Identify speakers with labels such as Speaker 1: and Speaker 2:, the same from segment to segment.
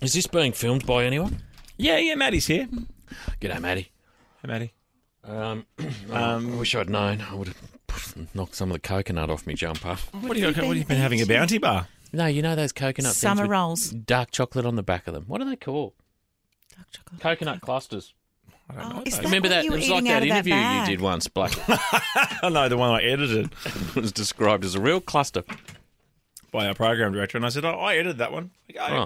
Speaker 1: Is this being filmed by anyone?
Speaker 2: Yeah, yeah, Maddie's here.
Speaker 1: G'day, Maddie.
Speaker 2: Hey, Maddie.
Speaker 1: Um, I wish I'd known. I would have knocked some of the coconut off my jumper.
Speaker 2: What, do you, what have you been having? A bounty bar?
Speaker 1: No, you know those coconut things
Speaker 3: Summer
Speaker 1: with
Speaker 3: rolls.
Speaker 1: dark chocolate on the back of them. What are they called?
Speaker 3: Dark chocolate.
Speaker 1: Coconut clusters.
Speaker 2: I don't
Speaker 3: Oh,
Speaker 2: know.
Speaker 3: is that
Speaker 1: Remember
Speaker 3: what
Speaker 1: that?
Speaker 3: You
Speaker 1: It
Speaker 3: were
Speaker 1: was like
Speaker 3: eating
Speaker 1: that
Speaker 3: out of
Speaker 1: interview you
Speaker 3: bag?
Speaker 1: did once, Black.
Speaker 2: I know the one I edited
Speaker 1: it was described as a real cluster.
Speaker 2: by our program director, and I said, "Oh, I edited that one." Like, oh, yeah,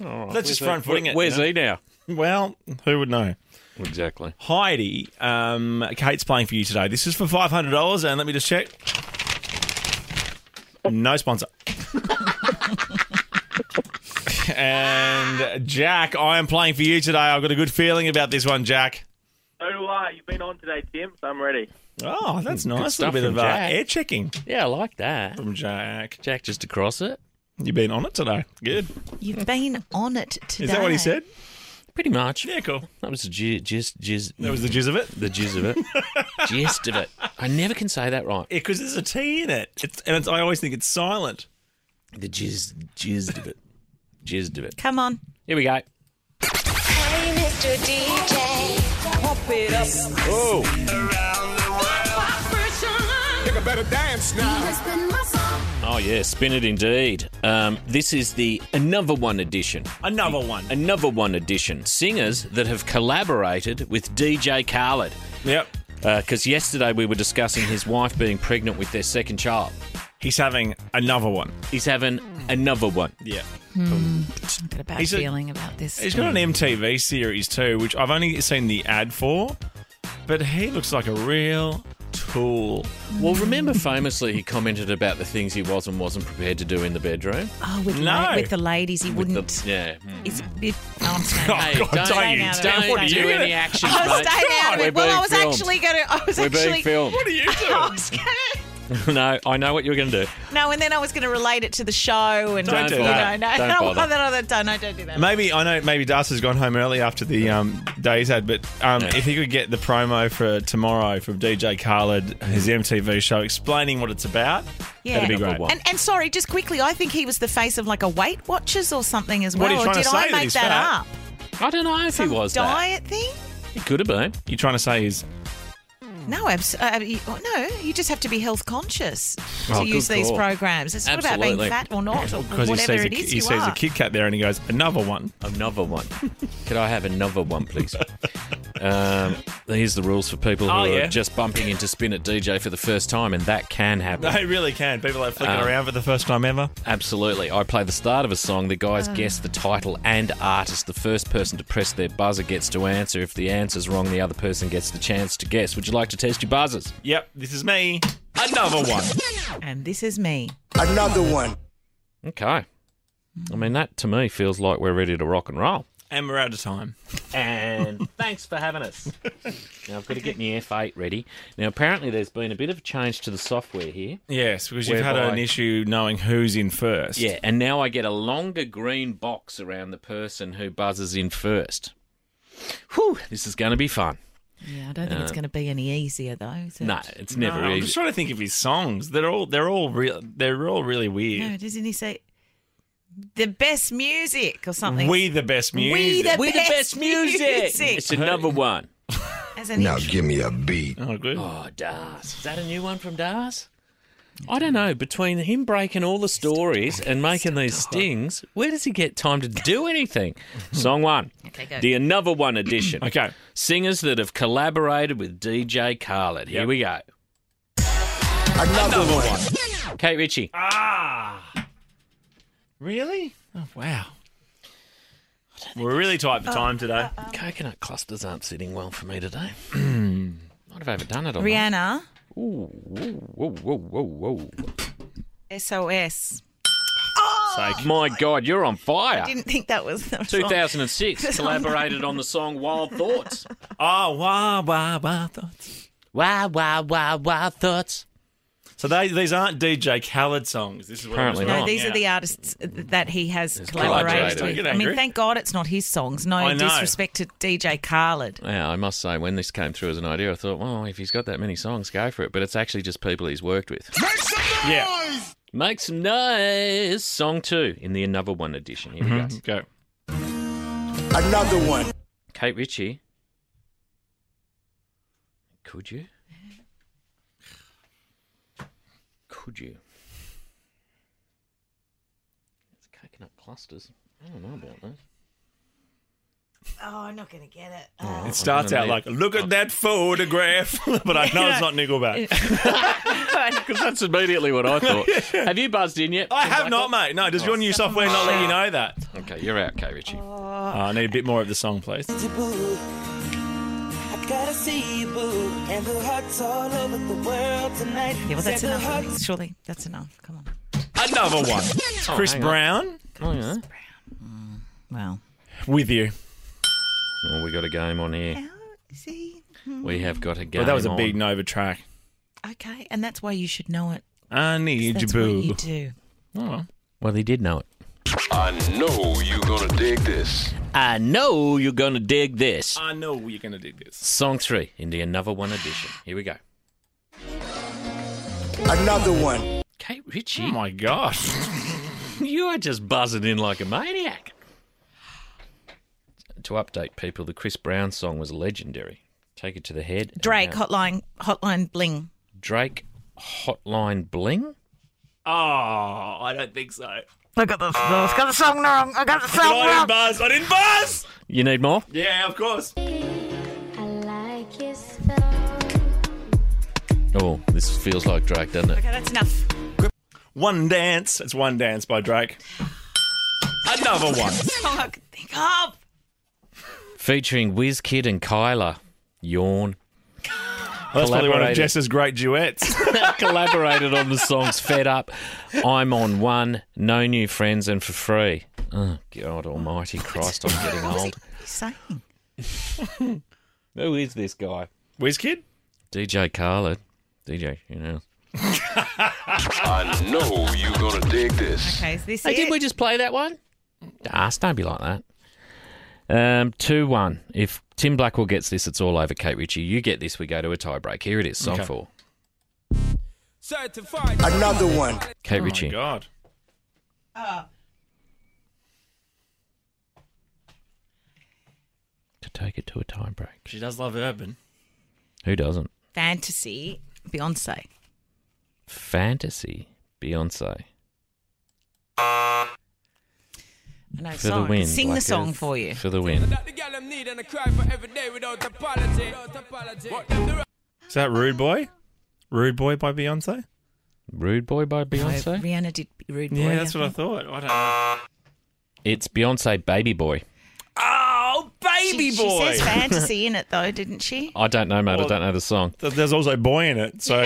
Speaker 1: Oh.
Speaker 2: cool. That's just front footing it.
Speaker 1: Where's
Speaker 2: you
Speaker 1: he now?
Speaker 2: know? Well, who would know?
Speaker 1: Exactly.
Speaker 2: Heidi, um, Kate's playing for you today. This is for five hundred dollars, and let me just check. No sponsor. and Jack, I am playing for you today. I've got a good feeling about this one, Jack.
Speaker 4: So do I. You've been on today, Tim, so I'm ready.
Speaker 2: Oh, that's nice. A
Speaker 1: stuff
Speaker 2: little bit
Speaker 1: from
Speaker 2: of uh,
Speaker 1: Jack.
Speaker 2: air checking
Speaker 1: Yeah, I like that.
Speaker 2: from Jack.
Speaker 1: Jack just across it.
Speaker 2: You've been on it today. Good.
Speaker 3: You've been on it today.
Speaker 2: Is that what he said?
Speaker 1: Pretty much.
Speaker 2: Yeah, cool.
Speaker 1: That was the gi- gist, gist,
Speaker 2: That was the jizz of it.
Speaker 1: the gist of it. gist of it. I never can say that right.
Speaker 2: Yeah, because there's a T in it, it's, and it's, I always think it's silent.
Speaker 1: The gist, gist of it. Gist of it.
Speaker 3: Come on.
Speaker 1: Here we go.
Speaker 5: Hey, Mr. DJ. Pump it up.
Speaker 6: Take a better dance now.
Speaker 1: Oh yeah, spin it indeed. Um, this is the another one edition.
Speaker 2: Another one.
Speaker 1: Another one edition. Singers that have collaborated with DJ Khaled.
Speaker 2: Yep.
Speaker 1: Because yesterday we were discussing his wife being pregnant with their second child.
Speaker 2: He's having another one.
Speaker 1: He's having another one.
Speaker 2: Yeah.
Speaker 3: I've got a bad
Speaker 2: He's a-
Speaker 3: feeling about this.
Speaker 2: He's got an MTV series too, which I've only seen the ad for, but he looks like a real tool.
Speaker 1: Well, remember famously he commented about the things he was and wasn't prepared to do in the bedroom.
Speaker 3: oh, with,
Speaker 2: No.
Speaker 3: la- with the ladies, he wouldn't.
Speaker 1: Yeah.
Speaker 3: It's a bit. Oh, I'm staying out
Speaker 1: Hey,
Speaker 3: of it.
Speaker 1: don't,
Speaker 2: God, don't
Speaker 1: don't,
Speaker 2: you-
Speaker 3: don't- what are
Speaker 1: do
Speaker 3: you
Speaker 1: any
Speaker 2: gonna-
Speaker 1: actions,
Speaker 3: I was
Speaker 1: mate.
Speaker 3: staying out of
Speaker 1: We're
Speaker 3: it. Well,
Speaker 1: being
Speaker 3: I was
Speaker 1: filmed.
Speaker 3: actually going to. I was
Speaker 1: We're
Speaker 3: actually.
Speaker 1: being filmed.
Speaker 2: What are you
Speaker 3: I
Speaker 2: doing?
Speaker 3: was gonna,
Speaker 1: no, I know what you're going to do.
Speaker 3: no, and then I was going to relate it to the show. And
Speaker 2: Don't do
Speaker 3: you
Speaker 1: that.
Speaker 3: Know, no,
Speaker 1: Don't
Speaker 3: I
Speaker 1: bother.
Speaker 3: want that. Don't, don't, no, don't do that.
Speaker 2: Maybe I know. Maybe Darcy's gone home early after the um, day's ad, but um, if he could get the promo for tomorrow from DJ Khaled, his MTV show, explaining what it's about,
Speaker 3: Yeah.
Speaker 2: that'd be great.
Speaker 3: And, and sorry, just quickly, I think he was the face of like a Weight Watchers or something as
Speaker 2: What
Speaker 3: well.
Speaker 2: are you
Speaker 3: or
Speaker 2: trying to
Speaker 3: did
Speaker 2: say
Speaker 3: I
Speaker 2: that
Speaker 3: make
Speaker 2: he's
Speaker 3: that
Speaker 2: fat?
Speaker 3: up?
Speaker 1: I don't know if
Speaker 3: Some
Speaker 1: he was
Speaker 3: diet thing?
Speaker 1: that. He could have been.
Speaker 2: You trying to say is
Speaker 3: No, abs- uh, you- oh, no. You just have to be health conscious to
Speaker 1: Oh,
Speaker 3: use
Speaker 1: good
Speaker 3: these
Speaker 1: call.
Speaker 3: programs. It's not about
Speaker 1: Absolutely.
Speaker 3: being fat or not or
Speaker 2: because he
Speaker 3: whatever
Speaker 2: sees a,
Speaker 3: it is
Speaker 2: he
Speaker 3: you
Speaker 2: sees
Speaker 3: are.
Speaker 2: a Kit Kat there and he goes another one.
Speaker 1: Another one. Could I have another one, please? um, here's the rules for people who
Speaker 2: Oh, yeah.
Speaker 1: are just bumping into Spin at DJ for the first time, and that can happen.
Speaker 2: They really can. People are flicking
Speaker 1: Um,
Speaker 2: around for the first time ever.
Speaker 1: Absolutely. I play the start of a song. The guys guess the title and artist. The first person to press their buzzer gets to answer. If the answer's wrong, the other person gets the chance to guess. Would you like to test your buzzers?
Speaker 2: Yep, this is me. Another one.
Speaker 3: And this is me.
Speaker 6: Another one.
Speaker 1: Okay. I mean, that to me feels like we're ready to rock and roll.
Speaker 2: and we're out of time.
Speaker 1: And thanks for having us. now, I've got to get my F8 ready. Now, apparently, there's been a bit of a change to the software here.
Speaker 2: Yes, because you've had
Speaker 1: Whereby-
Speaker 2: an issue knowing who's in first.
Speaker 1: Yeah, and now I get a longer green box around the person who buzzes in first. Whew, this is going to be fun.
Speaker 3: Yeah, I don't think it's going to be any easier though. Is it?
Speaker 1: No, it's
Speaker 2: No,
Speaker 1: never
Speaker 2: I'm
Speaker 1: easy.
Speaker 2: just trying to think of his songs. They're all they're all real. They're all really
Speaker 3: No,
Speaker 2: weird.
Speaker 3: doesn't he say the best music or something?
Speaker 2: we the best music.
Speaker 3: We the
Speaker 1: We're the best music.
Speaker 3: music.
Speaker 1: It's another one.
Speaker 3: As an intro.
Speaker 6: give me a beat.
Speaker 2: oh, good.
Speaker 1: Oh, Dars. Is that a new one from Dars? I don't know. Between him breaking all the stories and making these stings, where does he get time to do anything? Song one.
Speaker 3: Okay, go.
Speaker 1: The Another One edition.
Speaker 2: Okay.
Speaker 1: Singers that have collaborated with DJ Khaled. Here
Speaker 2: Yep.
Speaker 1: we go.
Speaker 6: Another, one.
Speaker 1: Kate Ritchie.
Speaker 2: Really? Oh, wow. We're really tight for time
Speaker 3: Uh,
Speaker 2: today.
Speaker 1: Coconut clusters aren't sitting well for me today. Might have overdone it on that.
Speaker 3: Rihanna,
Speaker 1: Ooh, whoa, whoa, whoa, whoa.
Speaker 3: SOS.
Speaker 1: My God, you're on fire.
Speaker 3: Didn't think that was that was on.
Speaker 1: 2006 collaborated on the song Wild Thoughts.
Speaker 3: uh.
Speaker 2: Oh, wow, wow, wow. thoughts.
Speaker 1: Wow, wow, wow, wow, thoughts.
Speaker 2: So they, these aren't DJ Khaled songs. This is what I was
Speaker 1: Apparently
Speaker 3: No,
Speaker 1: not.
Speaker 2: wrong,
Speaker 3: these
Speaker 2: yeah.
Speaker 3: are the artists that he has
Speaker 1: collaborated.
Speaker 3: collaborated
Speaker 1: Don't
Speaker 2: get
Speaker 3: with. I mean,
Speaker 2: angry.
Speaker 3: thank God it's not his songs. No
Speaker 2: I know.
Speaker 3: disrespect to DJ Khaled.
Speaker 1: Yeah, I must say, when this came through as an idea, I thought, well, if he's got that many songs, go for it. But it's actually just people he's worked with.
Speaker 2: Yeah. Mm-hmm.
Speaker 1: Make some noise. Song two in the Another One edition. Here we go.
Speaker 2: Go.
Speaker 6: Another one.
Speaker 1: Kate Ritchie. Could you? Could you? It's coconut clusters. I don't know about that.
Speaker 3: Oh, I'm not going to get it.
Speaker 2: It starts out like, look
Speaker 3: Oh.
Speaker 2: at that photograph, but I know it's not Nickelback.
Speaker 1: Because that's immediately what I thought. Have you buzzed in yet?
Speaker 2: I have not, mate. No,
Speaker 3: Oh.
Speaker 2: does your new software not let you know that?
Speaker 1: Okay, you're out, Kate Ritchie.
Speaker 2: Oh, I need a bit more of the song, please.
Speaker 3: Yeah, well, that's enough. Surely that's enough. Come on.
Speaker 2: Another one.
Speaker 3: Oh,
Speaker 2: Chris
Speaker 1: hang on.
Speaker 2: Brown
Speaker 1: Oh, yeah.
Speaker 3: Well,
Speaker 2: with you.
Speaker 1: Oh, we got a game on here.
Speaker 3: see,
Speaker 1: We have got a game.
Speaker 2: Well, that was a
Speaker 1: on.
Speaker 2: big Nova track.
Speaker 3: okay, and that's why you should know it.
Speaker 2: I need you,
Speaker 3: That's what
Speaker 2: boo.
Speaker 3: you do.
Speaker 2: Oh,
Speaker 1: Well, he did know it.
Speaker 7: I know you're gonna dig this.
Speaker 1: I know you're going to dig this.
Speaker 2: I know you're going to do this.
Speaker 1: Song three in the Another One edition. Here we go.
Speaker 6: Another one.
Speaker 1: Kate
Speaker 2: Oh,
Speaker 1: Ritchie,
Speaker 2: my gosh.
Speaker 1: you are just buzzing in like a maniac. To update people, the Chris Brown song was legendary. Take it to the head. and
Speaker 3: Drake,
Speaker 1: now-
Speaker 3: hotline, hotline bling.
Speaker 1: Drake Hotline Bling.
Speaker 2: Oh, I don't think so.
Speaker 3: I got the, I got the song wrong. I got the song
Speaker 2: I didn't buzz. I didn't buzz.
Speaker 1: You need more?
Speaker 2: Yeah, of course.
Speaker 1: Oh, this feels like Drake, doesn't it?
Speaker 3: Okay, that's enough.
Speaker 2: One Dance. It's One Dance by Drake. Another one.
Speaker 3: Song I could think of.
Speaker 1: Featuring WizKid and Kyla. Yawn.
Speaker 2: That's probably one of
Speaker 1: Collaborated.
Speaker 2: Jess's great duets.
Speaker 1: Collaborated on the songs Fed Up, I'm on One, No New Friends, and For Free. Oh, God almighty Christ, I'm getting old.
Speaker 3: What are you saying?
Speaker 1: Who is this guy?
Speaker 2: Wizkid?
Speaker 1: DJ Khaled. DJ, you know.
Speaker 7: I know you're gonna dig this.
Speaker 3: Okay, is this
Speaker 1: Hey,
Speaker 3: it?
Speaker 1: didn't we just play that one? Das, don't be like that. Um, 2 1. If Tim Blackwell gets this, it's all over, Kate Ritchie. You get this, we go to a tiebreak. Here it is, song
Speaker 2: Okay.
Speaker 1: four.
Speaker 6: Another one.
Speaker 1: Kate
Speaker 2: Oh,
Speaker 1: Ritchie.
Speaker 2: my God.
Speaker 1: To take it to a tiebreak.
Speaker 2: She does love urban.
Speaker 1: Who doesn't?
Speaker 3: Fantasy, Beyonce.
Speaker 1: Fantasy, Beyonce.
Speaker 3: I know
Speaker 1: For
Speaker 3: song.
Speaker 1: the
Speaker 3: I
Speaker 1: win.
Speaker 3: could Sing the
Speaker 1: like
Speaker 3: song
Speaker 1: a-
Speaker 3: for you.
Speaker 1: For the win.
Speaker 2: Is that Rude Boy? Rude Boy by Beyonce?
Speaker 1: Rude Boy by
Speaker 3: No,
Speaker 1: Beyonce?
Speaker 3: Oh, Rihanna did Rude Boy.
Speaker 2: Yeah, that's what I thought. I don't know.
Speaker 1: It's Beyonce Baby Boy.
Speaker 2: Oh, baby
Speaker 3: she,
Speaker 2: boy.
Speaker 3: She says fantasy in it though, didn't she?
Speaker 1: I don't know, mate. I
Speaker 2: Well-
Speaker 1: don't know the song.
Speaker 2: Th- There's also boy in it, so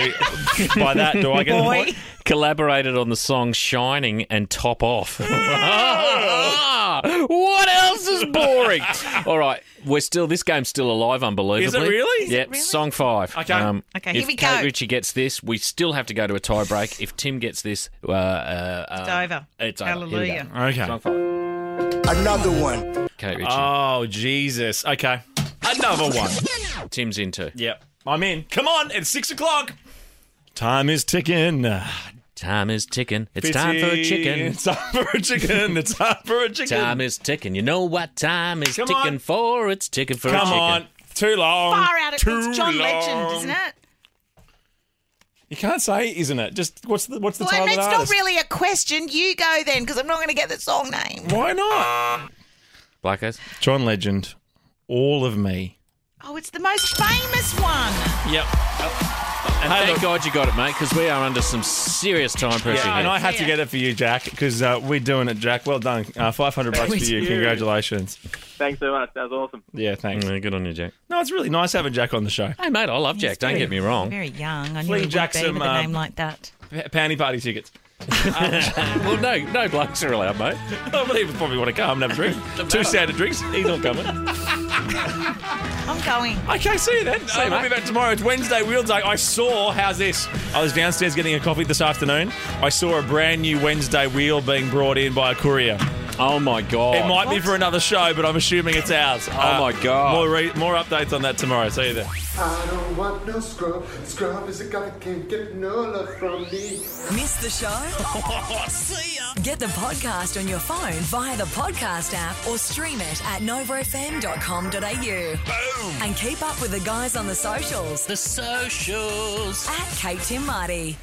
Speaker 2: by that do I get the
Speaker 3: Boy.
Speaker 2: point?
Speaker 1: Collaborated on the song Shining and Top Off. what else is boring? All right, we're still, this game's still alive, unbelievably.
Speaker 2: Is it really? Is it
Speaker 1: Yep,
Speaker 3: really?
Speaker 1: song five. Um,
Speaker 2: Okay.
Speaker 3: Okay,
Speaker 1: if
Speaker 3: here we
Speaker 1: Kate
Speaker 3: go.
Speaker 1: Ritchie gets this, we still have to go to a tiebreak. if Tim gets this, uh, uh,
Speaker 3: It's
Speaker 1: um,
Speaker 3: over.
Speaker 1: It's over. Here we go.
Speaker 3: Hallelujah.
Speaker 2: Okay.
Speaker 6: Another one.
Speaker 1: Kate Ritchie.
Speaker 2: Oh Jesus. Okay. Another one.
Speaker 1: Tim's in too.
Speaker 2: Yep. I'm in. Come on. It's six o'clock. Time is ticking.
Speaker 1: Time is ticking. It's time for a chicken.
Speaker 2: It's time for a chicken. It's time for a chicken.
Speaker 1: Time is ticking. You know what time is
Speaker 2: Come
Speaker 1: ticking
Speaker 2: on.
Speaker 1: for? It's ticking for a
Speaker 2: Come
Speaker 1: chicken.
Speaker 2: on. Too long.
Speaker 3: Far out. It's
Speaker 2: Too
Speaker 3: John Legend,
Speaker 2: long.
Speaker 3: isn't it?
Speaker 2: You can't say, isn't it? Just what's the what's the
Speaker 3: Well,
Speaker 2: title
Speaker 3: and
Speaker 2: of
Speaker 3: it's
Speaker 2: the
Speaker 3: not
Speaker 2: artist?
Speaker 3: really a question. You go then, because I'm not going to get the song name.
Speaker 2: Why not?
Speaker 1: Blackos.
Speaker 2: John Legend. All of me.
Speaker 3: Oh, it's the most famous one.
Speaker 2: Yep.
Speaker 1: And
Speaker 2: Hey,
Speaker 1: thank
Speaker 2: look.
Speaker 1: God you got it, mate, because we are under some serious time pressure
Speaker 2: Yeah,
Speaker 1: here.
Speaker 2: and I had to
Speaker 3: Yeah.
Speaker 2: get it for you, Jack, because uh, we're doing it, Jack. Well done. Uh, 500 bucks for
Speaker 1: Thank
Speaker 2: you.
Speaker 1: you.
Speaker 2: Congratulations.
Speaker 4: Thanks so much. That was awesome.
Speaker 2: Yeah, thanks.
Speaker 1: Mm, good on you, Jack.
Speaker 2: No, it's really nice having Jack on the show.
Speaker 1: Hey, mate, I love Jack. Don't
Speaker 3: very-
Speaker 1: get me wrong.
Speaker 3: Very young. I knew
Speaker 2: Flea
Speaker 3: he would
Speaker 2: Jackson,
Speaker 3: be with a
Speaker 2: uh,
Speaker 3: name like that.
Speaker 2: P- panty party tickets.
Speaker 1: Well, no, no blokes are allowed, mate.
Speaker 2: I believe we probably want to come and have a drink. Two standard drinks. He's not coming.
Speaker 3: I'm going.
Speaker 2: Okay, see you then. See
Speaker 1: you,
Speaker 2: I'll be
Speaker 1: mate.
Speaker 2: back tomorrow. It's Wednesday, Wheel Day. I saw, how's this? I was downstairs getting a coffee this afternoon. I saw a brand new Wednesday wheel being brought in by a courier.
Speaker 1: Oh my god.
Speaker 2: It might be for another show, but I'm assuming it's ours. Oh
Speaker 1: my God.
Speaker 2: More re- more updates on that tomorrow. See you there.
Speaker 8: I don't want no scrub. Scrub is a guy that can't get no love from me.
Speaker 3: Miss the show?
Speaker 2: Oh.
Speaker 3: Get the podcast on your phone via the podcast app or stream it at novofm.com.au. Boom! And keep up with the guys on the socials
Speaker 9: The socials.
Speaker 3: at Kate Tim Marty.